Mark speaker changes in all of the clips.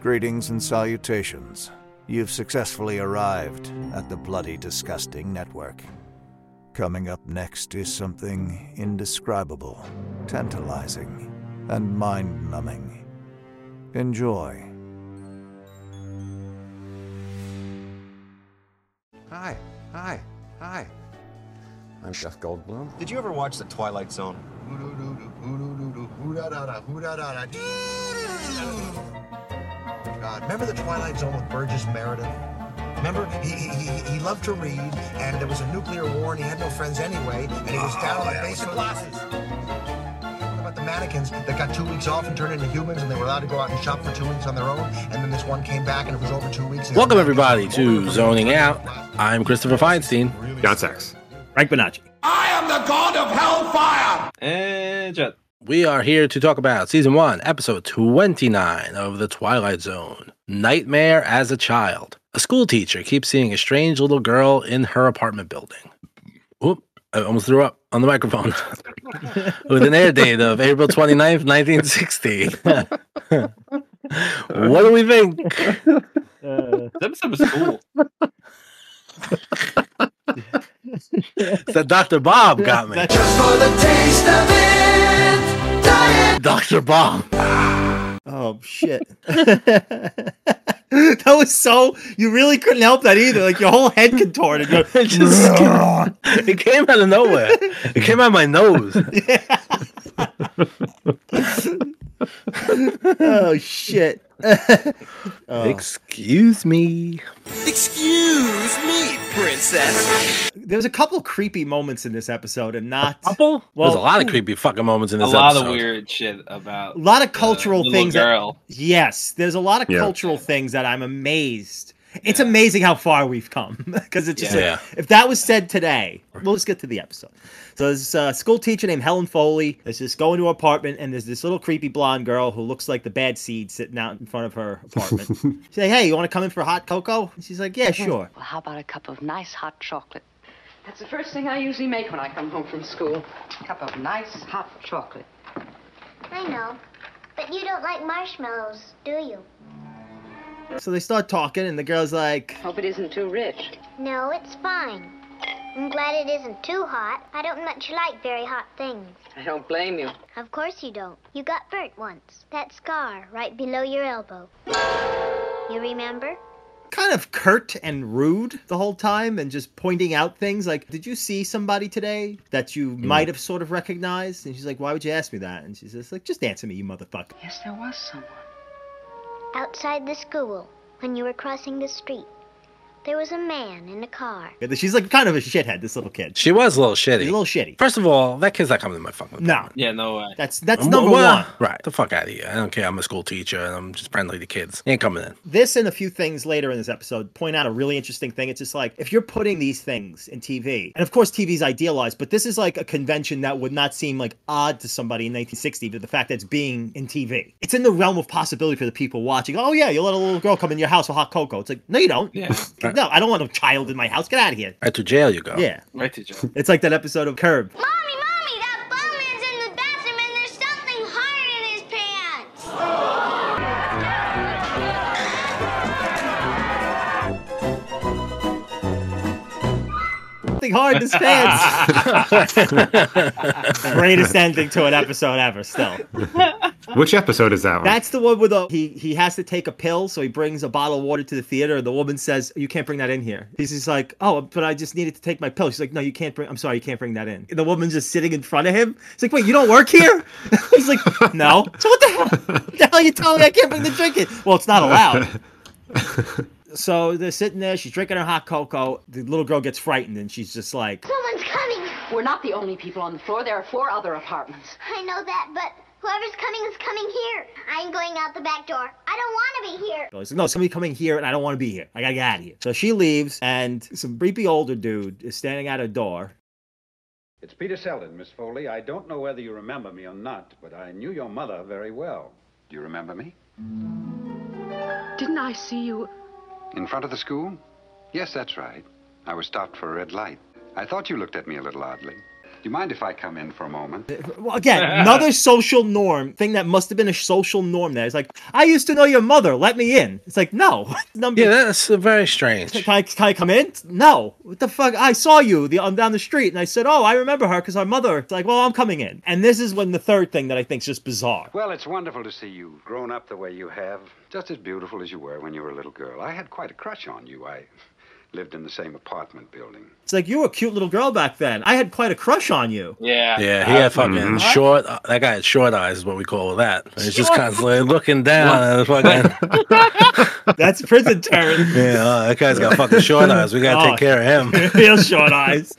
Speaker 1: Greetings and salutations. You've successfully arrived at the Bloody Disgusting Network. Coming up next is something indescribable, tantalizing, and mind numbing. Enjoy.
Speaker 2: Hi, hi, hi. I'm Jeff Goldblum.
Speaker 3: Did you ever watch The Twilight Zone?
Speaker 4: God, remember The Twilight Zone with Burgess Meredith? Remember, he, he, he- he loved to read, and there was a nuclear war, and he had no friends anyway, and he was down on the basement. What about the mannequins that got two weeks off and turned into humans, and they were allowed to go out and shop for two weeks on their own, and then this one came back, and it was over two weeks. and-
Speaker 5: Welcome, everybody, to Zoning Out. I'm Christopher Feinstein.
Speaker 6: John Sachs.
Speaker 7: Frank Bonacci.
Speaker 1: Eh,
Speaker 6: And Jet.
Speaker 5: We are here to talk about season one, episode 29 of The Twilight Zone Nightmare as a Child. A school teacher keeps seeing a strange little girl in her apartment building. Whoop, I almost threw up on the microphone. With an air date of April 29th, 1960. what do we think?
Speaker 7: Uh,
Speaker 6: That episode was cool.
Speaker 5: So Dr. Bob got me. Dr. Bob.
Speaker 7: oh shit! that was so. You really couldn't help that either. Like your whole head contorted. You're-
Speaker 5: It just came- it came out of nowhere. It came out of my nose.
Speaker 7: Yeah. oh shit! Oh.
Speaker 5: Excuse me.
Speaker 7: There's a couple creepy moments in this episode, and not a
Speaker 5: Couple?
Speaker 7: Well-
Speaker 5: There's a lot of creepy fucking moments in
Speaker 6: a
Speaker 5: this
Speaker 6: lot
Speaker 5: episode.
Speaker 6: of weird shit about the
Speaker 7: lot of cultural
Speaker 6: Uh, little
Speaker 7: things. That,
Speaker 6: Girl.
Speaker 7: yes, there's a lot of
Speaker 6: Yeah.
Speaker 7: cultural things that I'm amazed. It's
Speaker 6: Yeah.
Speaker 7: amazing how far we've come because it's just
Speaker 5: Yeah.
Speaker 7: like, If that was said today, we'll just get to the episode. So this uh, school teacher named Helen Foley is just going to her apartment, and there's this little creepy blonde girl who looks like the bad seed sitting out in front of her apartment. She's like, "Hey, you want to come in for hot cocoa?" And she's like, "Yeah, sure."
Speaker 8: Well, how about a cup of nice hot chocolate? That's the first thing I usually make when I come home from school. A cup of nice hot chocolate.
Speaker 9: I know. But you don't like marshmallows, do you?
Speaker 7: So they start talking, and the girl's like,
Speaker 8: Hope it isn't too rich.
Speaker 9: No, it's fine. I'm glad it isn't too hot. I don't much like very hot things.
Speaker 8: I don't blame you.
Speaker 9: Of course you don't. You got burnt once. That scar right below your elbow. You remember?
Speaker 7: kind of curt and rude the whole time, and just pointing out things like, "Did you see somebody today that you might have sort of recognized?" And she's like, "Why would you ask me that?" And she's just like, "Just answer me, you motherfucker."
Speaker 8: Yes, there was someone.
Speaker 9: Outside the school, when you were crossing the street, there was a man in a car.
Speaker 7: And She's like kind of a shithead. This little kid.
Speaker 5: She was a little shitty.
Speaker 7: She's a little shitty.
Speaker 5: First of all, that kid's not coming to my fucking
Speaker 7: No,
Speaker 6: Yeah, no way.
Speaker 7: That's that's
Speaker 5: Wha-
Speaker 7: number
Speaker 5: wha-
Speaker 7: one.
Speaker 5: Right. The fuck out of here. I don't care. I'm a school teacher and I'm just friendly to kids. He ain't coming in.
Speaker 7: This and a few things later in this episode point out a really interesting thing. It's just like if you're putting these things in TV, and of course TV's idealized, but this is like a convention that would not seem like odd to somebody in 1960 to the fact that it's being in TV. It's in the realm of possibility for the people watching. Oh yeah, you let a little girl come in your house with hot cocoa. It's like no, you don't.
Speaker 6: Yeah.
Speaker 7: No, I don't want a child in my house. Get out of here.
Speaker 5: Right to jail you go.
Speaker 7: Yeah,
Speaker 6: Right to Jet.
Speaker 7: it's like that episode of Curb.
Speaker 9: Mommy, Mommy, that bowman's in the bathroom and there's something hard in his pants.
Speaker 7: Something hard in his pants. Greatest ending to an episode ever. Still.
Speaker 6: Which episode is that one?
Speaker 7: That's the one with the he he has to take a pill, so he brings a bottle of water to the theater, and the woman says, "You can't bring that in here." He's just like, "Oh, but I just needed to take my pill." She's like, "No, you can't bring. I'm sorry, you can't bring that in." And the woman's just sitting in front of him. He's like, "Wait, you don't work here?" He's like, "No." So what the hell? The hell you telling me I can't bring the drink in? Well, it's not allowed. So they're sitting there. She's drinking her hot cocoa. The little girl gets frightened, and she's just like,
Speaker 9: Someone's coming.
Speaker 8: We're not the only people on the floor. There are four other apartments.
Speaker 9: I know that, but whoever's coming is coming here. I'm going out the back door. I don't want to be here.
Speaker 7: He's like, no, somebody coming here, and I don't want to be here. I gotta get out of here. So she leaves, and some creepy older dude is standing at her door,
Speaker 10: It's Peter Selden, Miss Foley. I don't know whether you remember me or not, but I knew your mother very well. Do you remember me?
Speaker 8: Didn't I see you?
Speaker 2: In front of the school? Yes, that's right. I was stopped for a red light. I thought you looked at me a little oddly.
Speaker 10: Do you mind if I come in for a moment?
Speaker 7: Well, again, another social norm thing that must have been a social norm. There, it's like I used to know your mother. Let me in. It's like no, number.
Speaker 5: Yeah, that's very strange.
Speaker 7: Can I, can I come in? No. What the fuck? I saw you the, on down the street, and I said, "Oh, I remember her because our mother." It's like, well, I'm coming in, and this is when the third thing that I think is just bizarre.
Speaker 10: Well, it's wonderful to see you grown up the way you have, just as beautiful as you were when you were a little girl. I had quite a crush on you. I lived in the same apartment building.
Speaker 7: It's like you were a cute little girl back then. I had quite a crush on you.
Speaker 6: Yeah.
Speaker 5: Yeah, he had fucking short. uh, That guy had short eyes, is what we call that. He's just constantly looking down. And fucking,
Speaker 7: That's prison term.
Speaker 5: yeah, oh, that guy's got fucking short eyes. We gotta
Speaker 7: Oh.
Speaker 5: take care of him.
Speaker 7: Real short eyes.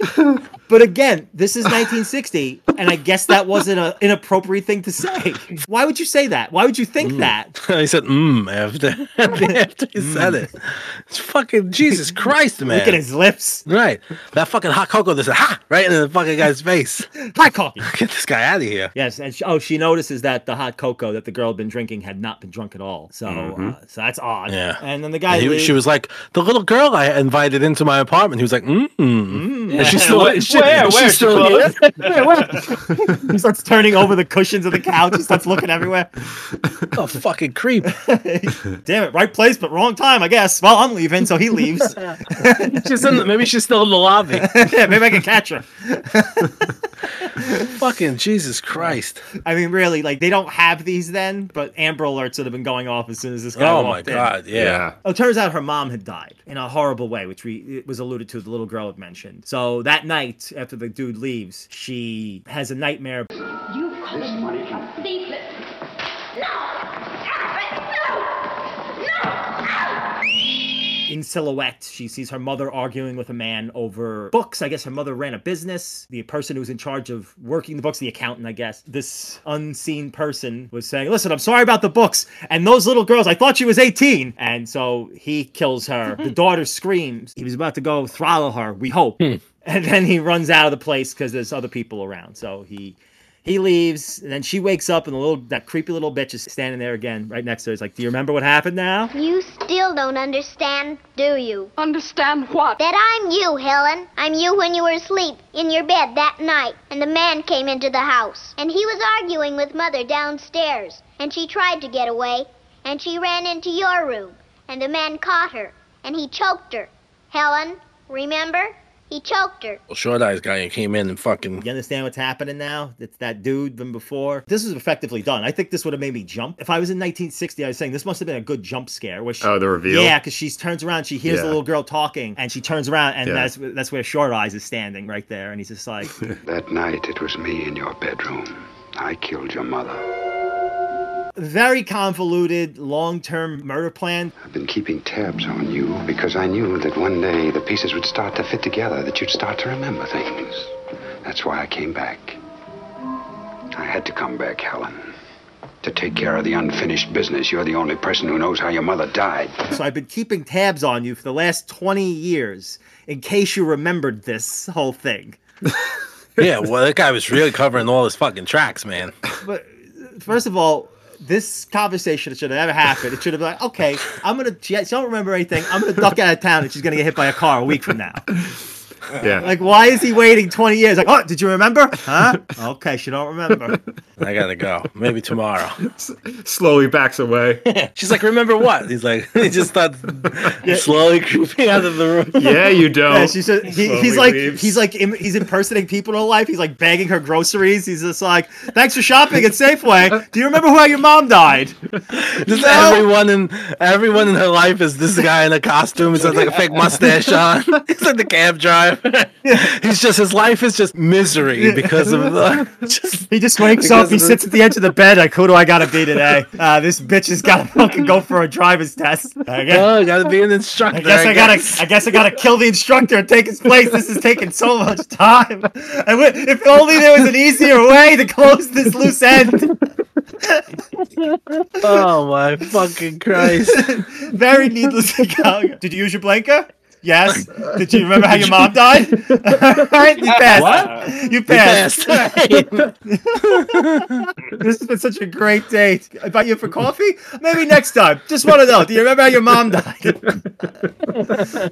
Speaker 7: But again, this is 1960, and I guess that wasn't an inappropriate thing to say. Why would you say that? Why would you think
Speaker 5: Mm.
Speaker 7: that?
Speaker 5: he said, "Mmm." After, after he said it, it's fucking Jesus Christ, man.
Speaker 7: Look at his lips.
Speaker 5: Right, that fucking hot cocoa. This ha right in the fucking guy's face.
Speaker 7: Hot coffee.
Speaker 5: Get this guy out of here.
Speaker 7: Yes, and she, oh, she notices that the hot cocoa that the girl had been drinking had not been drunk at all. So, uh, so that's odd.
Speaker 5: Mm-hmm. Yeah.
Speaker 7: And then the guy
Speaker 5: He-
Speaker 7: leaves.
Speaker 5: she was like, the little girl I invited into my apartment. He was like, mm. And she's still,
Speaker 6: Where-
Speaker 5: she-
Speaker 6: where-
Speaker 5: she's
Speaker 6: where,
Speaker 5: still
Speaker 6: Chipotle?
Speaker 5: here.
Speaker 7: he starts turning over the cushions of the couch. He starts looking everywhere.
Speaker 5: a fucking creep.
Speaker 7: Damn it! Right place, but wrong time, I guess. Well, I'm leaving, so he leaves.
Speaker 5: She's in the, maybe she's still in the lobby.
Speaker 7: yeah, maybe I can catch her.
Speaker 5: fucking Jesus Christ.
Speaker 7: I mean, really, like they don't have these then, but Amber alerts would have been going off as soon as this guy.
Speaker 5: Oh my
Speaker 7: walked in.
Speaker 5: God. Yeah.
Speaker 7: Oh, it turns out her mom had died in a horrible way, which we it was alluded to. The little girl had mentioned. So that night, after the dude leaves, she has a nightmare.
Speaker 8: You call this money a thieflet.
Speaker 7: In silhouette, she sees her mother arguing with a man over books. I guess her mother ran a business. The person who was in charge of working the books, the accountant, I guess, this unseen person was saying, "Listen, I'm sorry about the books and those little girls. I thought she was 18." And so he kills her. the daughter screams. He was about to go throttle her. We hope. and then he runs out of the place because there's other people around. So he he leaves, and then she wakes up, and the little that creepy little bitch is standing there again, right next to her. He's like, "Do you remember what happened now?"
Speaker 9: You still don't understand, do you?
Speaker 8: Understand what?
Speaker 9: That I'm you, Helen. I'm you when you were asleep in your bed that night, and the man came into the house. And he was arguing with Mother downstairs, and she tried to get away, and she ran into your room, and the man caught her, and he choked her. Helen, remember? He choked her.
Speaker 5: Well, short eyes guy came in and fucking.
Speaker 7: You understand what's happening now? It's that dude than before. This was effectively done. I think this would have made me jump. If I was in 1960, I was saying this must have been a good jump scare. Where she,
Speaker 3: Oh, the reveal?
Speaker 7: Yeah, because she turns around, she hears the
Speaker 3: Yeah.
Speaker 7: little girl talking, and she turns around, and
Speaker 3: Yeah.
Speaker 7: that's that's where Short Eyes is standing right there, and he's just like,
Speaker 10: That night, it was me in your bedroom. I killed your mother.
Speaker 7: very convoluted long-term murder plan.
Speaker 10: I've been keeping tabs on you because I knew that one day the pieces would start to fit together, that you'd start to remember things. That's why I came back. I had to come back, Helen. To take care of the unfinished business. You're the only person who knows how your mother died.
Speaker 7: So I've been keeping tabs on you for the last 20 years in case you remembered this whole thing.
Speaker 5: Yeah, well, that guy was really covering all his fucking tracks, man.
Speaker 7: But first of all, this conversation should have never happened. It should have been like, okay, I'm gonna. She don't remember anything. I'm gonna duck out of town, and she's gonna get hit by a car a week from now.
Speaker 3: Yeah.
Speaker 7: Like, why is he waiting 20 years? Like, oh, did you remember? Huh? Okay, she don't remember.
Speaker 5: I gotta go. Maybe tomorrow.
Speaker 3: Slowly backs away.
Speaker 5: She's like, remember what? He's like, he just starts slowly creeping out of the room.
Speaker 3: yeah, you don't.
Speaker 6: Oh,
Speaker 7: Yeah, she's just, he,
Speaker 3: Slowly
Speaker 7: he's like
Speaker 3: leaves.
Speaker 7: he's like im- he's impersonating people in her life. He's like bagging her groceries. He's just like, thanks for shopping at Safeway. Do you remember where your mom died?
Speaker 5: Just everyone in everyone in her life is this guy in a costume. He's got like a fake mustache on. He's like the cab driver. He's just his life is just misery because of the just
Speaker 7: He just wakes up.
Speaker 5: Because
Speaker 7: He
Speaker 5: of the-
Speaker 7: sits at the edge of the bed. Like, who do I gotta be today? Uh, this bitch has gotta fucking go for a driver's test. I guess,
Speaker 5: oh, gotta be an instructor.
Speaker 7: I, guess I gotta. I guess I gotta kill the instructor and take his place. This is taking so much time. I w- if only there was an easier way to close this loose end.
Speaker 5: Oh my fucking Christ!
Speaker 7: Very needlessly. Did you use your blanket? Yes. Did you remember how your mom died? All right, you passed.
Speaker 5: What?
Speaker 7: You
Speaker 5: You
Speaker 7: passed.
Speaker 5: passed.
Speaker 7: this has been such a great date. I bought you for coffee. Maybe next time. Just want to know. Do you remember how your mom died?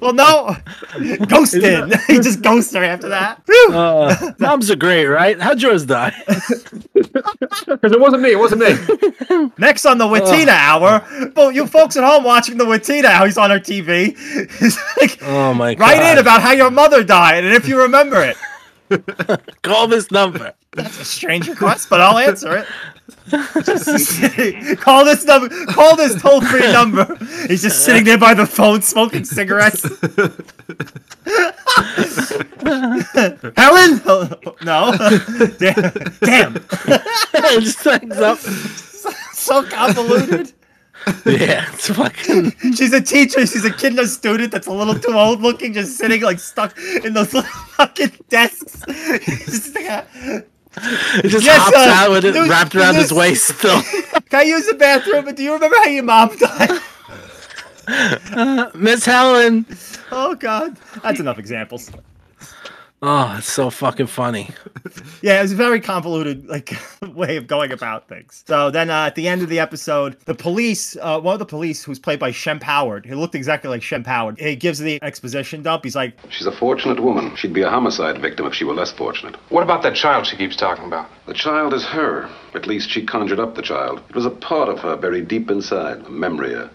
Speaker 7: well, no. Ghosted. he just ghosted her after that.
Speaker 5: Uh, moms are great, right? How'd yours die?
Speaker 3: Because it wasn't me. It wasn't me.
Speaker 7: Next on the Watina Hour. Well, you folks at home watching the Watina Hour, he's on our TV. He's like,
Speaker 5: Oh my god.
Speaker 7: write in about how your mother died and if you remember it.
Speaker 5: Call this number.
Speaker 7: That's a strange request, but I'll answer it. call this number. Call this toll free number. He's just sitting there by the phone, smoking cigarettes. Helen, Hello? no, damn, damn.
Speaker 5: Just hangs up.
Speaker 7: so convoluted.
Speaker 5: Yeah, it's fucking.
Speaker 7: She's a teacher. She's a kid, and a student that's a little too old looking, just sitting like stuck in those little fucking desks. Just like,
Speaker 5: It just
Speaker 7: Yes,
Speaker 5: hops
Speaker 7: uh,
Speaker 5: out with it
Speaker 7: no,
Speaker 5: wrapped around his
Speaker 7: yes.
Speaker 5: waist still.
Speaker 7: Can I use the bathroom? But do you remember how your mom died?
Speaker 5: Uh, Miss Helen.
Speaker 7: Oh God, that's enough examples.
Speaker 5: Oh, it's so fucking funny.
Speaker 7: Yeah, it was a very convoluted like way of going about things. So then uh, at the end of the episode, the police, uh, one of the police who's played by Shem Howard, he looked exactly like Shem Howard. He gives the exposition dump. He's like,
Speaker 10: She's a fortunate woman. She'd be a homicide victim if she were less fortunate.
Speaker 2: What about that child she keeps talking about?
Speaker 10: The child is her. At least she conjured up the child. It was a part of her buried deep inside, a memory, a,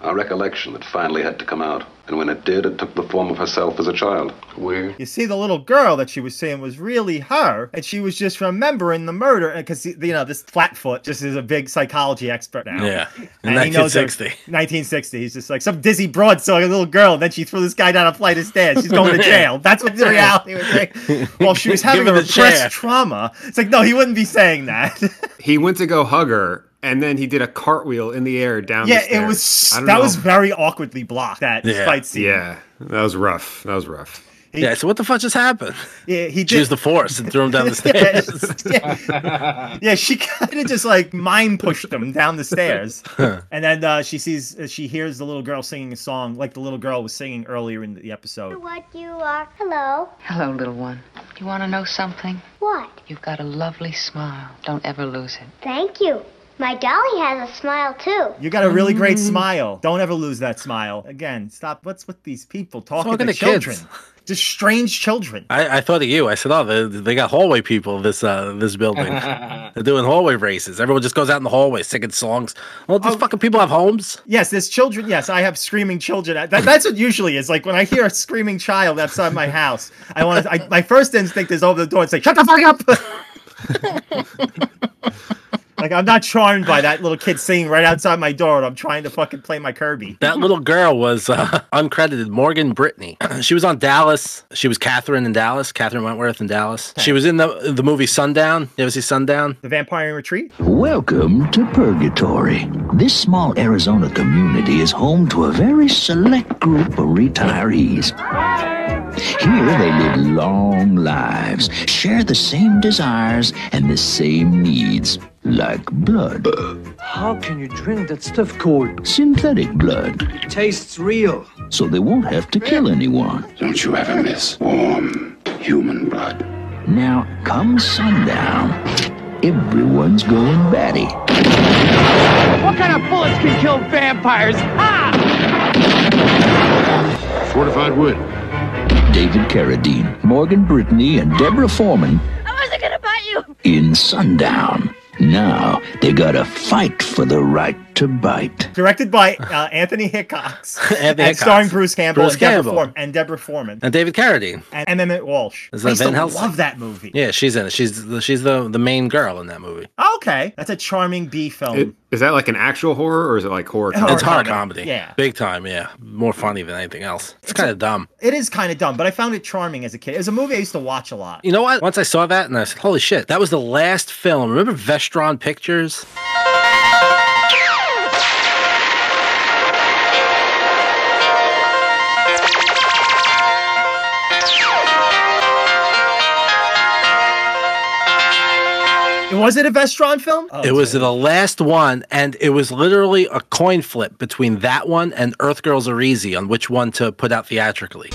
Speaker 10: a recollection that finally had to come out. And when it did, it took the form of herself as a child. Weird.
Speaker 7: you see, the little girl that she was saying was really her, and she was just remembering the murder. Because you know, this Flatfoot just is a big psychology expert now.
Speaker 5: Yeah. In
Speaker 7: And he knows her-
Speaker 5: 1960.
Speaker 7: 1960. He's just like some dizzy broad saw a little girl, and then she threw this guy down a flight of stairs. She's going to jail. That's what the reality was like. While she was having
Speaker 5: Give
Speaker 7: a
Speaker 5: her the
Speaker 7: repressed
Speaker 5: chair.
Speaker 7: trauma. It's like, no, he wouldn't be saying that.
Speaker 6: He went to go hug her, and then he did a cartwheel in the air down. the
Speaker 7: yeah, it
Speaker 6: stairs.
Speaker 7: was
Speaker 6: I
Speaker 7: that
Speaker 6: don't know.
Speaker 7: was very awkwardly blocked. That
Speaker 5: Yeah.
Speaker 7: fight scene.
Speaker 6: Yeah, that was rough. That was rough.
Speaker 7: He,
Speaker 5: Yeah, so what the fuck just happened?
Speaker 7: yeah, he
Speaker 5: She
Speaker 7: did.
Speaker 5: used the force and threw him down the
Speaker 7: yeah,
Speaker 5: stairs.
Speaker 7: yeah. Yeah, she kind of just like mind pushed him down the stairs, and then uh, she sees she hears the little girl singing a song like the little girl was singing earlier in the episode.
Speaker 9: What you are. Hello.
Speaker 8: Hello, little one. You want to know something?
Speaker 9: What?
Speaker 8: You've got a lovely smile. Don't ever lose it.
Speaker 9: Thank you. My dolly has a smile too.
Speaker 7: You got a really great
Speaker 5: Mm.
Speaker 7: smile. Don't ever lose that smile. Again, stop. What's with these people talking,
Speaker 5: Talking
Speaker 7: to,
Speaker 5: to kids.
Speaker 7: children? Just strange children.
Speaker 5: I, I thought of you. I said, "Oh, they, they got hallway people this uh this building. They're doing hallway races. Everyone just goes out in the hallway singing songs. Well,
Speaker 7: Oh.
Speaker 5: these fucking people have homes.
Speaker 7: Yes, there's children. Yes, I have screaming children. That, that's what usually is. Like when I hear a screaming child outside my house, I want to. I, my first instinct is open the door and say, "Shut the fuck up." like I'm not charmed by that little kid singing right outside my door, and I'm trying to fucking play my Kirby.
Speaker 5: That little girl was uh, uncredited Morgan Brittany. she was on Dallas. She was Catherine in Dallas. Catherine Wentworth in Dallas. She was in the the movie Sundown. You ever see Sundown?
Speaker 7: The Vampire in Retreat.
Speaker 11: Welcome to Purgatory. This small Arizona community is home to a very select group of retirees. Here they live long lives, share the same desires and the same needs, like blood.
Speaker 12: How can you drink that stuff cold?
Speaker 11: Synthetic blood,
Speaker 12: Tastes real.
Speaker 11: so they won't have to kill anyone.
Speaker 10: Don't you ever miss warm human blood.
Speaker 11: Now, come sundown, everyone's going batty.
Speaker 12: What kind of bullets can kill vampires?
Speaker 10: Fortified wood.
Speaker 11: David Carradine, Morgan Brittany, and Deborah Foreman
Speaker 9: I wasn't gonna bite you.
Speaker 11: in Sundown. Now they gotta fight for the right to bite.
Speaker 7: Directed by uh, Anthony Hickox,
Speaker 5: Anthony
Speaker 7: and
Speaker 5: Hickox.
Speaker 7: starring Bruce Campbell,
Speaker 5: Bruce
Speaker 7: and, Deborah
Speaker 5: Campbell.
Speaker 7: Form- and Deborah Foreman.
Speaker 5: And David Carradine.
Speaker 7: and M. Emmett Walsh.
Speaker 5: Is
Speaker 7: I
Speaker 5: that
Speaker 7: used
Speaker 5: Van
Speaker 7: to
Speaker 5: Helsing?
Speaker 7: love that movie.
Speaker 5: Yeah, she's in it. She's the, she's the the main girl in that movie.
Speaker 7: Okay, that's a charming B film.
Speaker 6: It- Is that like an actual horror, or is it like horror?
Speaker 7: Horror.
Speaker 5: it's horror
Speaker 7: comedy.
Speaker 5: comedy.
Speaker 7: Yeah.
Speaker 5: big time. Yeah, more funny than anything else. It's kind of dumb.
Speaker 7: it is kind of dumb, but I found it charming as a kid. It was a movie I used to watch a lot.
Speaker 5: You know what? Once I saw that and I said, holy shit, that was the last film. Remember Vestron Pictures?
Speaker 7: It was it a Vestron film? Oh,
Speaker 5: it was the last one, and it was literally a coin flip between that one and Earth Girls Are Easy on which one to put out theatrically.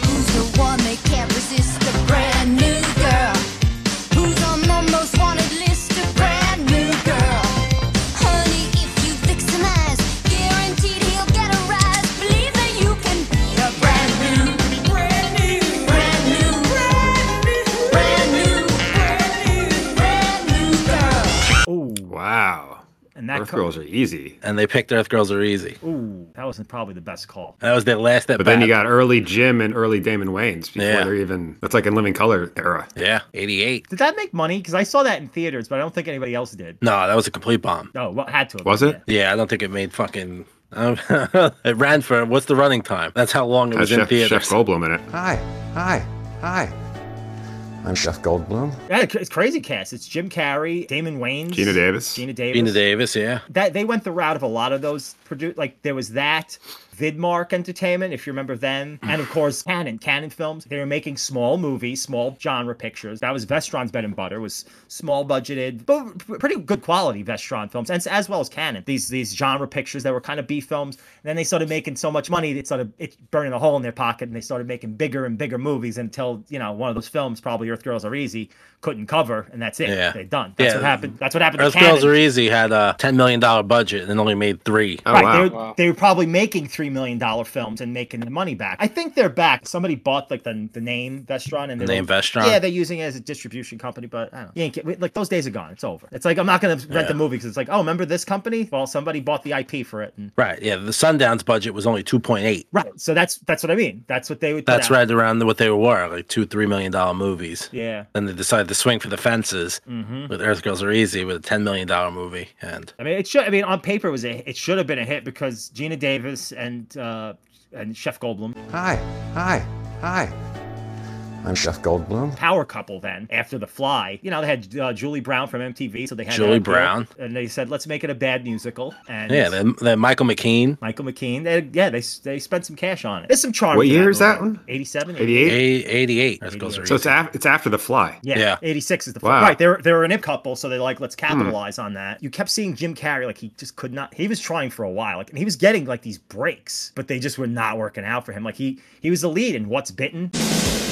Speaker 6: Wow.
Speaker 7: And that
Speaker 6: Earth
Speaker 7: co-
Speaker 6: Girls are easy.
Speaker 5: And they picked Earth Girls Are Easy.
Speaker 7: Ooh, that wasn't probably the best call.
Speaker 5: That was their last at
Speaker 6: But then
Speaker 5: bat.
Speaker 6: you got early Jim and early Damon Wayans before
Speaker 5: Yeah.
Speaker 6: they're even. That's like in Living Color era.
Speaker 5: Yeah, 88.
Speaker 7: Did that make money? Because I saw that in theaters, but I don't think anybody else did.
Speaker 5: No, that was a complete bomb.
Speaker 7: No, well, had to. Have
Speaker 6: Was
Speaker 7: been,
Speaker 6: it?
Speaker 5: Yeah, I don't think it made fucking. Um, it ran for what's the running time? That's how long it
Speaker 6: Had
Speaker 5: was in
Speaker 6: Chef, Chef
Speaker 5: theaters.
Speaker 6: Goldblum in it.
Speaker 13: Hi, hi, hi. I'm Chef Goldblum.
Speaker 7: Yeah, Yeah, it's crazy cast. It's Jim Carrey, Damon Wayans,
Speaker 6: Gina Davis.
Speaker 7: Gina Davis.
Speaker 5: Gina Davis, yeah.
Speaker 7: That they went the route of a lot of those produ- like there was that Vidmark Entertainment, if you remember them, and of course Canon, Canon Films. They were making small movies, small genre pictures. That was Vestron's Bed and Butter was small budgeted, but p- pretty good quality Vestron films, and s- as well as Canon. These these genre pictures that were kind of B films. And then they started making so much money, it started it burning a hole in their pocket, and they started making bigger and bigger movies until you know one of those films, probably Earth Girls Are Easy, couldn't cover, and that's it.
Speaker 5: Yeah.
Speaker 7: They're done. That's
Speaker 5: Yeah.
Speaker 7: what happened. That's what happened.
Speaker 5: Earth
Speaker 7: to Canon.
Speaker 5: Girls Are Easy had a ten million dollar budget and only made three.
Speaker 6: Oh,
Speaker 7: right, they, were, they were probably making three million dollar films and making the money back. I think they're back. Somebody bought like the, the name Vestron and
Speaker 5: The
Speaker 7: they
Speaker 5: name
Speaker 7: were,
Speaker 5: Vestron?
Speaker 7: Yeah, they're using it as a distribution company, but I don't. Know. You ain't get, we- like those days are gone. It's over. It's like I'm not gonna rent
Speaker 5: Yeah.
Speaker 7: the movie because it's like oh remember this company? Well, somebody bought the IP for it. And,
Speaker 5: Right, yeah. The Sundowns budget was only two point eight.
Speaker 7: right. So that's that's what I mean. That's what they would. put
Speaker 5: That's
Speaker 7: out.
Speaker 5: right around what they were, like two, three million dollar movies.
Speaker 7: Yeah.
Speaker 5: Then they decided to swing for the fences
Speaker 7: Mhm.
Speaker 5: with Earth Girls Are Easy with a ten million dollar movie. And
Speaker 7: I mean, it should. I mean, on paper, it was a, it should have been a hit because Gina Davis and uh, and Chef Goldblum.
Speaker 13: Hi, hi, hi. I'm Chef Goldblum.
Speaker 7: power couple then after the fly you know they had uh, julie brown from mtv so they had
Speaker 5: Julie
Speaker 7: that appeal.
Speaker 5: Brown.
Speaker 7: and they said let's make it a bad musical and
Speaker 5: yeah, then, then Michael McKean.
Speaker 7: michael mckean they, yeah they they spent some cash on it there's some charm
Speaker 6: What
Speaker 7: to
Speaker 6: year is that
Speaker 7: movie.
Speaker 6: one?
Speaker 7: 87
Speaker 6: 88?
Speaker 5: 88. Earth Girls Are Easy.
Speaker 6: So it's, af- it's after The Fly.
Speaker 7: Yeah, 86 is the
Speaker 6: Wow. Hmm.
Speaker 7: right. They were they were an it couple, so they're like, let's capitalize on that. You kept seeing Jim Carrey like he just could not. He was trying for a while, like and he was getting like these breaks, but they just were not working out for him. Like he he was the lead in What's Bitten.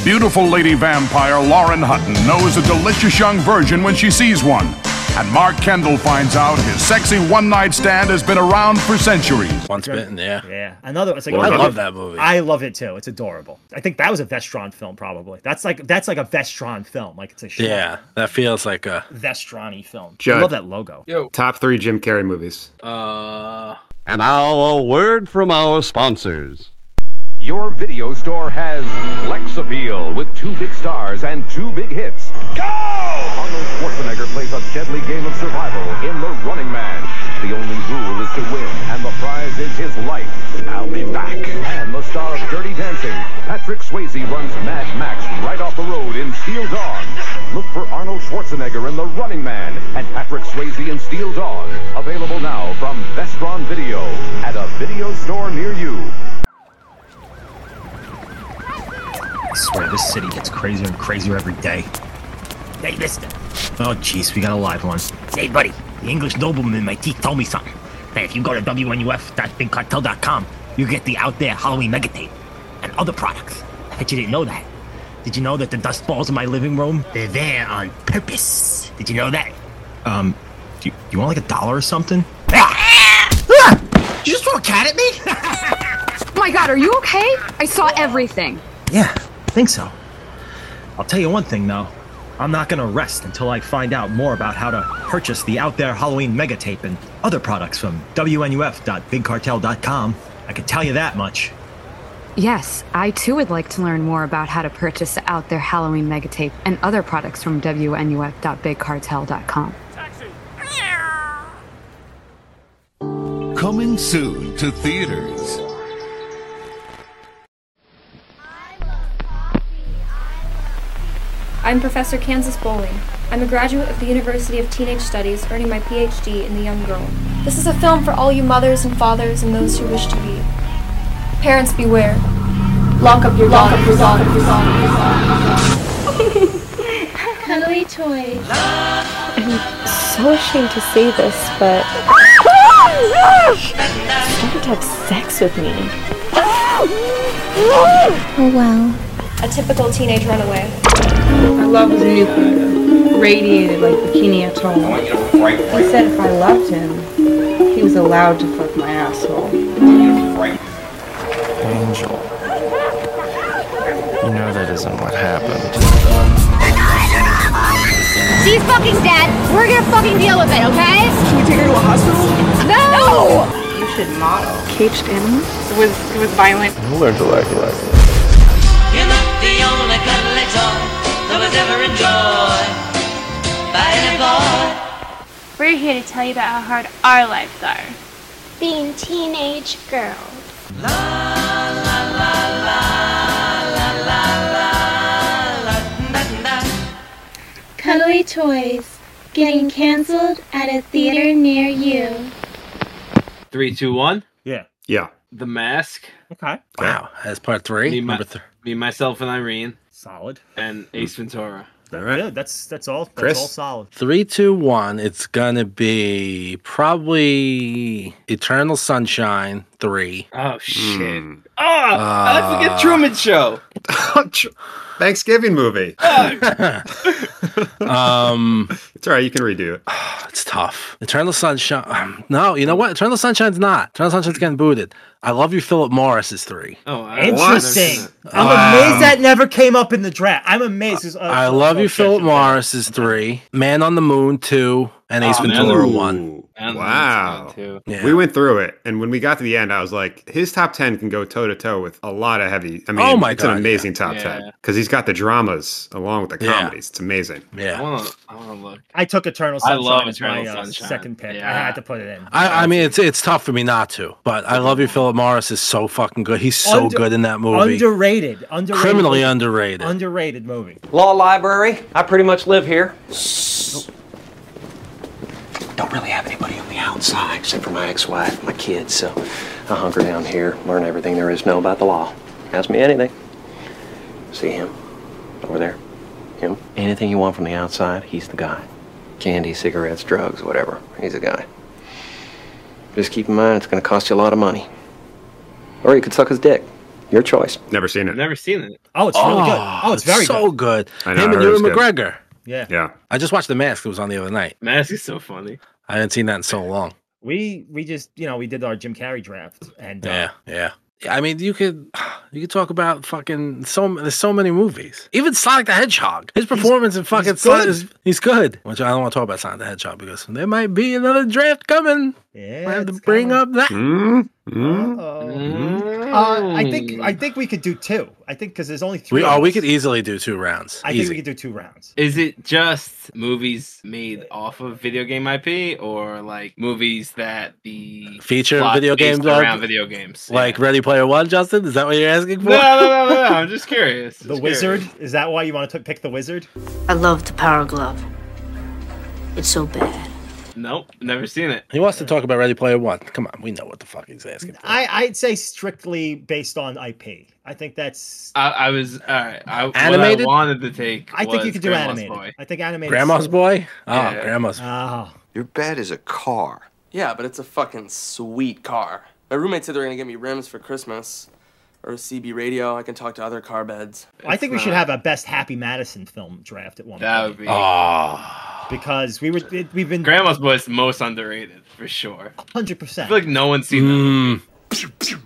Speaker 14: Beautiful lady vampire Lauren Hutton knows a delicious young virgin when she sees one. And Mark Kendall finds out his sexy one night stand has been around for centuries.
Speaker 5: Once bitten, yeah.
Speaker 7: Yeah, another. It's like
Speaker 5: Well, I
Speaker 7: another-
Speaker 5: love that movie.
Speaker 7: I love it too. It's adorable. I think that was a Vestron film, probably. That's like that's like a Vestron film. Like it's a shit
Speaker 5: Yeah, that feels like a
Speaker 7: Vestroni film.
Speaker 6: Judd.
Speaker 7: I love that logo.
Speaker 6: Top three Jim Carrey movies.
Speaker 5: Uh,
Speaker 15: And now, a word from our sponsors.
Speaker 16: Your video store has Lex Appeal with two big stars and two big hits. Go! Arnold Schwarzenegger plays a deadly game of survival in The Running Man. The only rule is to win, and the prize is his life. I'll be back. And the star of Dirty Dancing, Patrick Swayze runs Mad Max right off the road in Steel Dawn. Look for Arnold Schwarzenegger in The Running Man and Patrick Swayze in Steel Dawn. Available now from Vestron Video at a video store near you.
Speaker 17: Oh
Speaker 7: I swear, this city gets crazier and crazier every day. Hey, mister. Oh, jeez, we got a live one. Hey, buddy. The English nobleman in my teeth told me something. That if you go to WNUF.BigCartel.com, you get the Out There Halloween Mega Tape and other products. I bet you didn't know that. Did you know that the dust balls in my living room? They're there on purpose. Did you know that? Um, do you, you want like a dollar or something? Ah! You just throw a cat at me?
Speaker 17: My God, are you okay? I saw everything.
Speaker 7: Yeah, I think so. I'll tell you one thing though. I'm not gonna rest until I find out more about how to purchase the Out There Halloween Mega Tape and other products from WNUF.BigCartel.com. I can tell you that much.
Speaker 17: Yes, I too would like to learn more about how to purchase the Out There Halloween Mega Tape and other products from WNUF.BigCartel.com.
Speaker 18: Coming soon to theaters.
Speaker 19: I'm Professor Kansas Bowling. I'm a graduate of the University of Teenage Studies, earning my PhD in The Young Girl. This is a film for all you mothers and fathers and those who wish to be. Parents beware. Lock up your lock up your lock up your
Speaker 20: Cuddly toys.
Speaker 17: I'm
Speaker 21: so ashamed to say this, but. started to have sex with me.
Speaker 22: Oh wow. A typical teenage runaway.
Speaker 23: My love was nuclear, radiated like bikini atoll. He said if I loved him, he was allowed to fuck my asshole.
Speaker 9: Angel. You know that isn't what happened.
Speaker 24: She's fucking dead. We're gonna fucking deal with it, okay?
Speaker 7: Should we take her to a hospital?
Speaker 24: No!
Speaker 23: You should model.
Speaker 21: Caged animals?
Speaker 23: It was it was violent.
Speaker 9: I learned to like life.
Speaker 25: You're not the only collector that was ever enjoyed by any boy.
Speaker 26: We're here to tell you about how hard our lives are.
Speaker 8: Being teenage girls.
Speaker 27: Cuddly Toys, getting canceled at a theater near you.
Speaker 1: Three, two, one.
Speaker 5: Yeah.
Speaker 6: Yeah.
Speaker 1: The Mask.
Speaker 5: Okay. Wow. That's part three.
Speaker 1: Me, my-
Speaker 5: Number three.
Speaker 1: me, myself, and Irene.
Speaker 5: Solid.
Speaker 1: And Ace Ventura.
Speaker 5: All right.
Speaker 1: Yeah, that's that's all. That's
Speaker 5: Chris?
Speaker 1: all solid.
Speaker 5: Three, two, one. It's gonna be probably Eternal Sunshine three.
Speaker 1: Oh shit!
Speaker 5: Oh, I forget Truman Show.
Speaker 6: Thanksgiving movie.
Speaker 5: um,
Speaker 6: it's all right. You can redo it.
Speaker 5: it's tough. Eternal Sunshine. um, No, you know what? Eternal Sunshine's not. Eternal Sunshine's getting booted. I love you, Philip Morris is three.
Speaker 1: Oh, I-
Speaker 5: Interesting.
Speaker 1: I'm
Speaker 5: Wow.
Speaker 1: amazed that never came up in the draft. I'm amazed. It's- uh,
Speaker 5: I love you, Philip Morris is three. Man on the Moon two, and Ace
Speaker 6: Oh,
Speaker 5: Ventura
Speaker 6: Ooh.
Speaker 5: one.
Speaker 6: Wow.
Speaker 5: Yeah.
Speaker 6: We went through it. And when we got to the end, I was like, his top 10 can go toe to toe with a lot of heavy. I mean,
Speaker 5: Oh my
Speaker 6: it's
Speaker 5: God,
Speaker 6: an amazing top
Speaker 1: Yeah.
Speaker 6: 10 because he's got the dramas along with the
Speaker 5: Yeah.
Speaker 6: comedies. It's amazing.
Speaker 5: Yeah.
Speaker 1: I want to. I want to look.
Speaker 7: I took Eternal
Speaker 1: I
Speaker 7: Sunshine
Speaker 1: love
Speaker 7: as my
Speaker 1: Eternal
Speaker 7: uh,
Speaker 1: Sunshine.
Speaker 7: second pick. I
Speaker 1: Yeah.
Speaker 7: had to put it in.
Speaker 5: I, I mean, it's it's tough for me not to, but I love you, Philip Morris is so fucking good. He's so
Speaker 7: Under-
Speaker 5: good in that movie.
Speaker 7: Underrated. Underrated.
Speaker 5: Criminally
Speaker 7: movie.
Speaker 5: underrated.
Speaker 7: Underrated movie.
Speaker 9: Law library. I pretty much live here. Don't really have anybody on the outside except for my ex-wife, and my kids. So I hunker down here, learn everything there is to know about the law. Ask me anything. See him over there. Him. Anything you want from the outside, he's the guy. Candy, cigarettes, drugs, whatever. He's the guy. Just keep in mind, it's going to cost you a lot of money. Or you could suck his dick. Your choice.
Speaker 6: Never seen it.
Speaker 1: Never seen it.
Speaker 7: Oh, it's really good.
Speaker 5: Oh,
Speaker 7: Oh, it's very
Speaker 5: so good.
Speaker 6: I know,
Speaker 5: Him
Speaker 6: I
Speaker 5: and
Speaker 6: heard it
Speaker 5: Ewan
Speaker 6: was good.
Speaker 5: McGregor.
Speaker 7: Yeah.
Speaker 6: Yeah.
Speaker 5: I just watched The Mask. It was on the other night.
Speaker 1: Mask is so funny.
Speaker 5: I hadn't seen that in so long.
Speaker 7: We we just you know we did our Jim Carrey draft and uh,
Speaker 5: Yeah, yeah. I mean, you could you could talk about fucking so there's so many movies. Even Sonic the Hedgehog. His performance in fucking
Speaker 7: he's
Speaker 5: Sonic
Speaker 7: good.
Speaker 5: is he's good. Which I don't want to talk about Sonic the Hedgehog because there might be another draft coming.
Speaker 7: yeah.
Speaker 5: I have to bring up that.
Speaker 6: Hmm.
Speaker 5: Hmm?
Speaker 7: Uh, I think I think we could do two. I think because there's only three.
Speaker 5: We
Speaker 7: of
Speaker 5: oh, we
Speaker 7: us.
Speaker 5: could easily do two rounds.
Speaker 7: I think
Speaker 5: Easy.
Speaker 7: we could do two rounds.
Speaker 1: Is it just movies made off of video game IP, or like movies that the
Speaker 5: Feature
Speaker 1: plot's
Speaker 5: video
Speaker 1: based
Speaker 5: games, like-
Speaker 1: around video games?
Speaker 5: like Ready Player One, Justin. Is that what you're asking for?
Speaker 1: No, no, no, no, no. I'm just curious.
Speaker 7: The
Speaker 1: Just
Speaker 7: Wizard.
Speaker 1: curious.
Speaker 7: Is that why you want to pick the Wizard?
Speaker 28: I love the power glove. It's so bad.
Speaker 1: Nope, never seen it.
Speaker 5: He wants to talk about Ready Player One. Come on, we know what the fuck he's asking.
Speaker 7: I I'd say strictly based on IP. I think that's.
Speaker 1: I, I was all right. I,
Speaker 5: Animated?
Speaker 1: What I wanted to take.
Speaker 7: I think you
Speaker 1: was
Speaker 7: could do
Speaker 1: Grandma's Boy.
Speaker 7: animated. I think animated.
Speaker 5: Grandma's boy. Oh,
Speaker 1: Yeah.
Speaker 5: grandma's.
Speaker 7: Oh.
Speaker 29: Your bed is a car.
Speaker 30: Yeah, but it's a fucking sweet car. My roommate said they're gonna get me rims for Christmas, or a CB radio. I can talk to other car beds.
Speaker 7: I think we should have a best Happy Madison film draft at one
Speaker 1: That would
Speaker 7: point
Speaker 1: be.
Speaker 5: Oh.
Speaker 7: because we were it- we've been
Speaker 1: Grandma's Boy is the most underrated for sure. I
Speaker 7: hundred percent.
Speaker 1: feel like no one's seen
Speaker 5: Mm,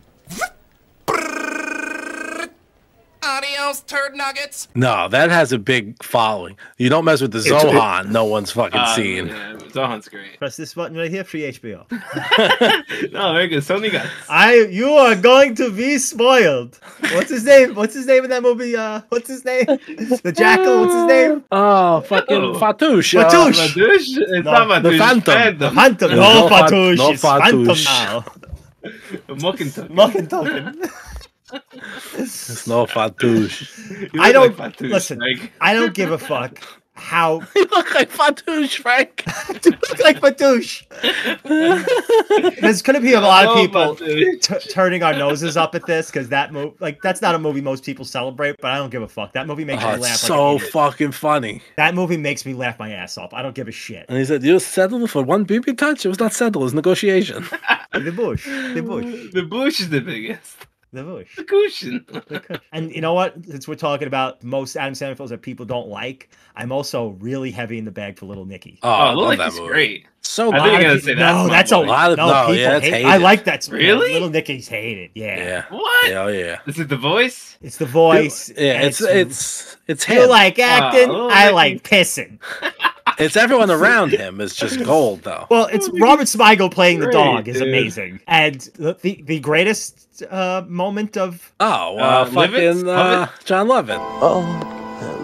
Speaker 30: Adios, turd nuggets.
Speaker 5: No, that has a big following. You don't mess with the
Speaker 7: It's-
Speaker 5: Zohan. no one's fucking
Speaker 1: Uh,
Speaker 5: seen.
Speaker 1: yeah, Zohan's great.
Speaker 7: Press this button right here, free HBO.
Speaker 1: No, very good. Sony got
Speaker 7: I you are going to be spoiled. What's his name? What's his name in that movie? Uh, what's his name? The Jackal. What's his name?
Speaker 5: Oh, fucking
Speaker 1: Oh.
Speaker 5: Fatouche. uh,
Speaker 7: Fatouche.
Speaker 1: It's not Matouche.
Speaker 5: the Phantom.
Speaker 1: Phantom.
Speaker 7: Phantom. No,
Speaker 5: No, Fat-
Speaker 7: Fatouche.
Speaker 5: no
Speaker 7: it's Phantom
Speaker 5: Fatouche.
Speaker 7: now.
Speaker 1: Mokentuck.
Speaker 7: Fucking talking.
Speaker 5: It's no Fatouche.
Speaker 1: You
Speaker 7: I
Speaker 1: look
Speaker 7: don't
Speaker 1: like Fatouche,
Speaker 7: listen.
Speaker 1: Like,
Speaker 7: I don't give a fuck how
Speaker 5: you look like Fatouche, Frank.
Speaker 7: you look like Fatouche. There's going to be a lot
Speaker 1: Oh,
Speaker 7: of people t- turning our noses up at this because that movie, like, that's not a movie most people celebrate. But I don't give a fuck. That movie makes
Speaker 5: Oh,
Speaker 7: me
Speaker 5: it's
Speaker 7: laugh. like
Speaker 5: so
Speaker 7: an idiot.
Speaker 5: fucking funny.
Speaker 7: that movie makes me laugh my ass off. I don't give a shit.
Speaker 5: And he said, "You settled for one BB touch. It was not settled. It was negotiation."
Speaker 7: The bush, the bush,
Speaker 1: The bush is the biggest.
Speaker 7: the bush.
Speaker 1: The cushion.
Speaker 7: And you know what? Since we're talking about most Adam Sandler films that people don't like, I'm also really heavy in the bag for Little Nicky.
Speaker 5: Oh, I love
Speaker 1: Lil'
Speaker 5: that
Speaker 1: Nicky's
Speaker 5: movie.
Speaker 1: great.
Speaker 5: So
Speaker 1: I think
Speaker 5: good.
Speaker 1: you're gonna say that's
Speaker 7: no,
Speaker 1: my
Speaker 7: that's a
Speaker 1: one.
Speaker 7: lot of no,
Speaker 5: No,
Speaker 7: people
Speaker 5: yeah, it's
Speaker 7: hate.
Speaker 5: hated.
Speaker 7: I like that. song.
Speaker 1: Really?
Speaker 7: Little Nicky's hated. Yeah.
Speaker 5: Yeah.
Speaker 1: What?
Speaker 5: Yeah, oh yeah.
Speaker 1: Is it the voice?
Speaker 7: It's the voice.
Speaker 5: Yeah,
Speaker 7: and
Speaker 5: it's it's it's him.
Speaker 7: you like acting,
Speaker 1: Little
Speaker 7: I
Speaker 1: Nicky.
Speaker 7: like pissing.
Speaker 5: It's everyone around him is just gold though.
Speaker 7: Well, it's Robert Smigel playing the
Speaker 1: great,
Speaker 7: dog is
Speaker 1: dude.
Speaker 7: amazing, and the the, the greatest uh, moment of
Speaker 5: Oh, uh,
Speaker 1: Uh, Lovitz?
Speaker 5: fucking uh, John Lovin.
Speaker 2: Oh,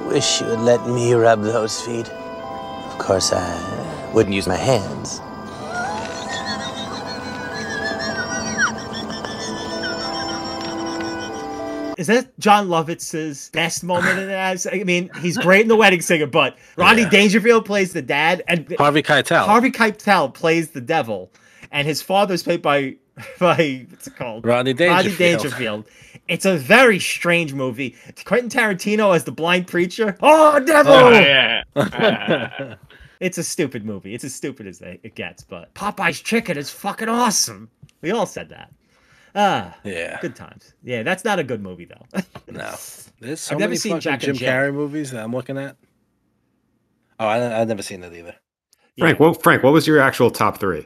Speaker 2: I wish you would let me rub those feet. Of course, I wouldn't use my hands.
Speaker 7: is that John Lovitz's best moment in that? I mean, he's great in The Wedding Singer, but Rodney
Speaker 5: Yeah.
Speaker 7: Dangerfield plays the dad, and
Speaker 5: Harvey Keitel.
Speaker 7: Harvey Keitel plays the devil, and his father's played by by what's it called?
Speaker 5: Rodney Dangerfield.
Speaker 7: Rodney Dangerfield. It's a very strange movie. Quentin Tarantino as the blind preacher. Oh, devil!
Speaker 1: Oh, yeah. Ah.
Speaker 7: It's a stupid movie. It's as stupid as they, it gets, but Popeye's chicken is fucking awesome. We all said that. Ah,
Speaker 5: Yeah.
Speaker 7: good times. Yeah, that's not a good movie though.
Speaker 5: No. There's so
Speaker 7: I've never
Speaker 5: many
Speaker 7: seen
Speaker 5: fucking
Speaker 7: Jack
Speaker 5: Jim
Speaker 7: and Jill.
Speaker 5: Carrey movies that I'm looking at. Oh, I, I've never seen that either.
Speaker 6: Frank, what Frank, what was your actual top three?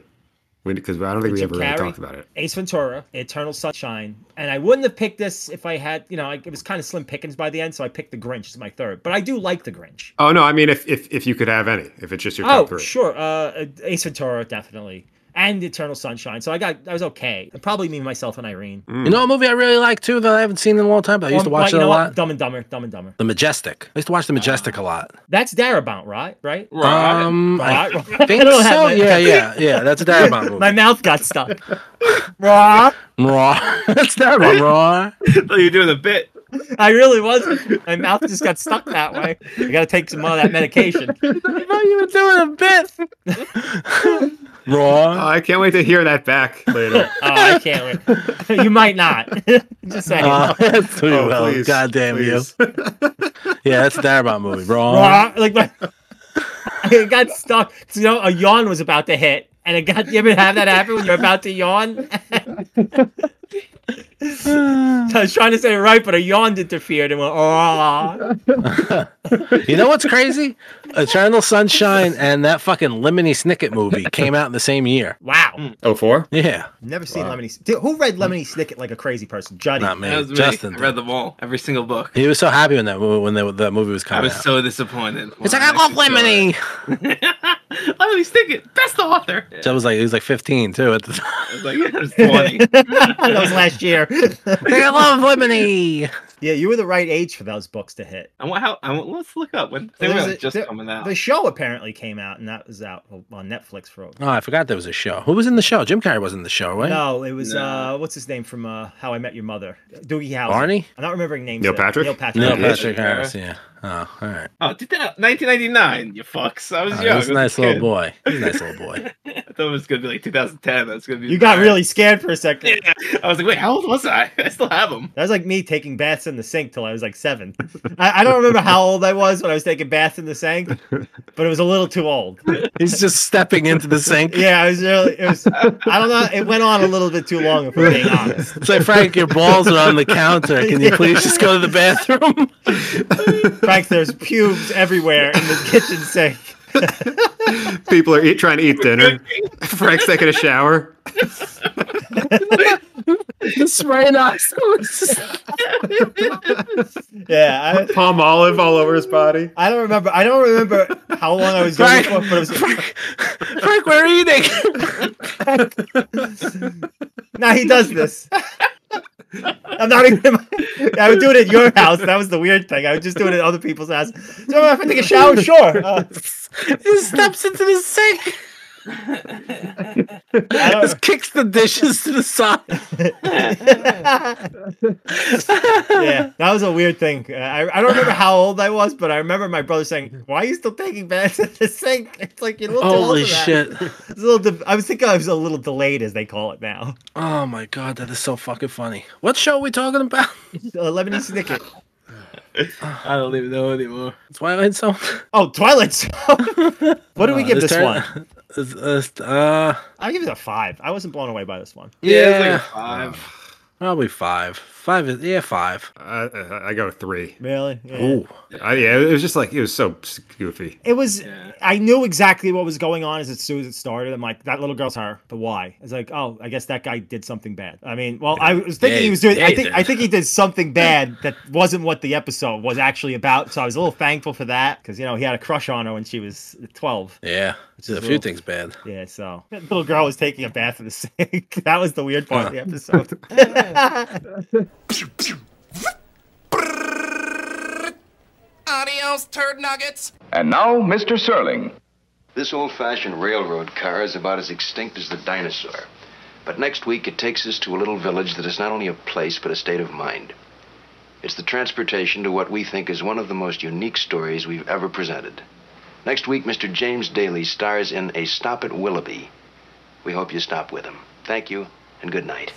Speaker 6: Because I don't think we
Speaker 7: Jim
Speaker 6: ever really
Speaker 7: Carrey?
Speaker 6: talked about it.
Speaker 7: Ace Ventura, Eternal Sunshine, and I wouldn't have picked this if I had, you know, I, it was kind of slim pickings by the end, so I picked The Grinch as my third. But I do like The Grinch.
Speaker 6: Oh no, I mean if if, if you could have any, if it's just your
Speaker 7: Oh,
Speaker 6: top three.
Speaker 7: sure, uh, Ace Ventura definitely, and Eternal Sunshine. So I got, I was okay. And probably me, myself, and Irene.
Speaker 5: You know a movie I really like too that I haven't seen in a long time, but I used to
Speaker 7: Well,
Speaker 5: watch
Speaker 7: you
Speaker 5: it a
Speaker 7: know what?
Speaker 5: lot.
Speaker 7: Dumb and Dumber, Dumb and Dumber.
Speaker 5: The Majestic. I used to watch The Majestic a lot.
Speaker 7: That's Darabont, right? Right.
Speaker 1: Right.
Speaker 5: Um, I
Speaker 7: Right.
Speaker 5: think
Speaker 7: don't have
Speaker 5: so.
Speaker 7: my-
Speaker 5: Yeah, yeah, yeah. That's a Darabont movie.
Speaker 7: My mouth got stuck. Raw.
Speaker 5: Raw. That's Darabont. Raw.
Speaker 1: Oh, you're doing a bit.
Speaker 7: I really was. My mouth just got stuck that way. I gotta take some of that medication.
Speaker 5: thought you were doing a bit.
Speaker 6: Oh,
Speaker 5: Raw.
Speaker 6: I can't wait to hear that back later.
Speaker 7: Oh, I can't wait. you might not. Just saying.
Speaker 5: Uh, that's too
Speaker 6: Oh,
Speaker 5: well.
Speaker 6: please,
Speaker 5: God damn you.
Speaker 6: please.
Speaker 5: Yeah, that's a Darabont movie. Raw.
Speaker 7: Raw, like my, it got stuck. So, you know, a yawn was about to hit, and it got. You ever have that happen when you're about to yawn? I was trying to say it right, but a yawn interfered, and went. Oh.
Speaker 5: You know what's crazy? Eternal Sunshine and that fucking Lemony Snicket movie came out in the same year.
Speaker 7: Wow.
Speaker 6: Oh four?
Speaker 5: Yeah,
Speaker 7: Mm, Never seen Lemony. Dude, who read Lemony Snicket like a crazy person? Johnny.
Speaker 5: Mm. not
Speaker 1: That
Speaker 5: me.
Speaker 1: was me.
Speaker 5: Justin.
Speaker 1: I
Speaker 5: did.
Speaker 1: read them all. Every single book.
Speaker 5: He was so happy when that movie, when the, that movie was
Speaker 1: I
Speaker 5: coming
Speaker 1: was
Speaker 5: out.
Speaker 1: so disappointed.
Speaker 5: it's like I love Lemony.
Speaker 1: Let me stick it. Oh, Best author.
Speaker 5: So I was like, he was like 15 too at the time.
Speaker 1: I was like, yeah, I was 20.
Speaker 7: that was last year.
Speaker 5: Like, I love Lemony.
Speaker 7: yeah, you were the right age for those books to hit.
Speaker 1: I want how I want, let's look up when they
Speaker 7: There's
Speaker 1: were
Speaker 7: a-
Speaker 1: just
Speaker 7: there-
Speaker 1: coming out.
Speaker 7: The show apparently came out, and that was out on Netflix for.
Speaker 5: Oh, I forgot there was a show. Who was in the show? Jim Carrey was in the show, right?
Speaker 7: No, it was
Speaker 1: No.
Speaker 7: uh, what's his name from uh, How I Met Your Mother, Doogie Howser.
Speaker 5: Barney?
Speaker 7: I'm not remembering names.
Speaker 6: Neil
Speaker 7: today.
Speaker 6: Patrick?
Speaker 7: Neil Patrick.
Speaker 5: Neil
Speaker 6: Yeah,
Speaker 5: Patrick
Speaker 1: yeah.
Speaker 5: Harris. Yeah. Oh, all right.
Speaker 1: Oh, did that 1999, you fucks. I was
Speaker 5: Oh,
Speaker 1: young.
Speaker 5: he's
Speaker 1: I
Speaker 5: a
Speaker 1: was
Speaker 5: nice
Speaker 1: kid.
Speaker 5: little boy. He's a nice little boy.
Speaker 1: I thought it was gonna be like 2010. That's gonna be.
Speaker 7: You got
Speaker 1: bad.
Speaker 7: really scared for a second.
Speaker 1: Yeah. I was like, wait, how old was I? I still have them.
Speaker 7: That was like me taking baths in the sink till I was like seven. I, I don't remember how old I was when I was taking baths in the sink, but it was a little too old.
Speaker 5: He's just stepping into the sink.
Speaker 7: Yeah, it was really. It was. I don't know. It went on a little bit too long, if we're being honest.
Speaker 5: It's like Frank, your balls are on the counter. Can you please just go to the bathroom?
Speaker 7: Frank, there's pubes everywhere in the kitchen sink.
Speaker 6: People are eat, trying to eat dinner. Frank's taking a shower.
Speaker 5: Just right nice.
Speaker 7: Yeah,
Speaker 6: Palm olive all over his body.
Speaker 7: I, I don't remember. I don't remember how long I was going
Speaker 5: Frank,
Speaker 7: for, but it was.
Speaker 5: Frank, Frank, we're eating.
Speaker 7: Now he does this. I'm not even. I would do it at your house. That was the weird thing. I would just do it at other people's houses. So if I take a shower, sure. Uh,
Speaker 5: he steps into the sink. Just kicks the dishes to the side.
Speaker 7: yeah, that was a weird thing. Uh, I, I don't remember how old I was, but I remember my brother saying, "Why are you still taking baths at the sink?" It's like you're a little
Speaker 5: Holy
Speaker 7: too old for that."
Speaker 5: shit.
Speaker 7: It's a little. De- I was thinking I was a little delayed, as they call it now.
Speaker 5: Oh my god, that is so fucking funny. What show are we talking about?
Speaker 7: Lebanese Snicket.
Speaker 1: I don't even know anymore. Uh,
Speaker 5: Twilight Zone.
Speaker 7: Oh, Twilight Zone. what do we
Speaker 5: Uh,
Speaker 7: give this one?
Speaker 5: This- this, uh,
Speaker 7: I give it a five. I wasn't blown away by this one.
Speaker 5: yeah,
Speaker 1: five.
Speaker 5: probably five. Five is yeah, five.
Speaker 6: I, I, I go with three.
Speaker 7: Really? Yeah.
Speaker 5: Ooh,
Speaker 6: I, yeah, it was just like it was so goofy.
Speaker 7: It was. I knew exactly what was going on as, as soon as it started. I'm like, that little girl's her. But why? It's like, oh, I guess that guy did something bad. I mean, well, I was thinking
Speaker 5: Yeah,
Speaker 7: he was doing.
Speaker 5: yeah,
Speaker 7: I
Speaker 5: he
Speaker 7: think
Speaker 5: did.
Speaker 7: I think he did something bad that wasn't what the episode was actually about. So I was a little thankful for that because you know he had a crush on her when she was 12.
Speaker 5: yeah. There's a
Speaker 7: is
Speaker 5: few
Speaker 7: all-
Speaker 5: things bad.
Speaker 7: Yeah, so that little girl was taking a bath in the sink. that was the weird part of the episode.
Speaker 31: Adios, turd nuggets.
Speaker 32: And now, Mr. Serling.
Speaker 10: This old fashioned railroad car is about as extinct as the dinosaur. But next week it takes us to a little village that is not only a place but a state of mind. It's the transportation to what we think is one of the most unique stories we've ever presented. Next week, Mr. James Daly stars in A Stop at Willoughby. We hope you stop with him. Thank you, and good night.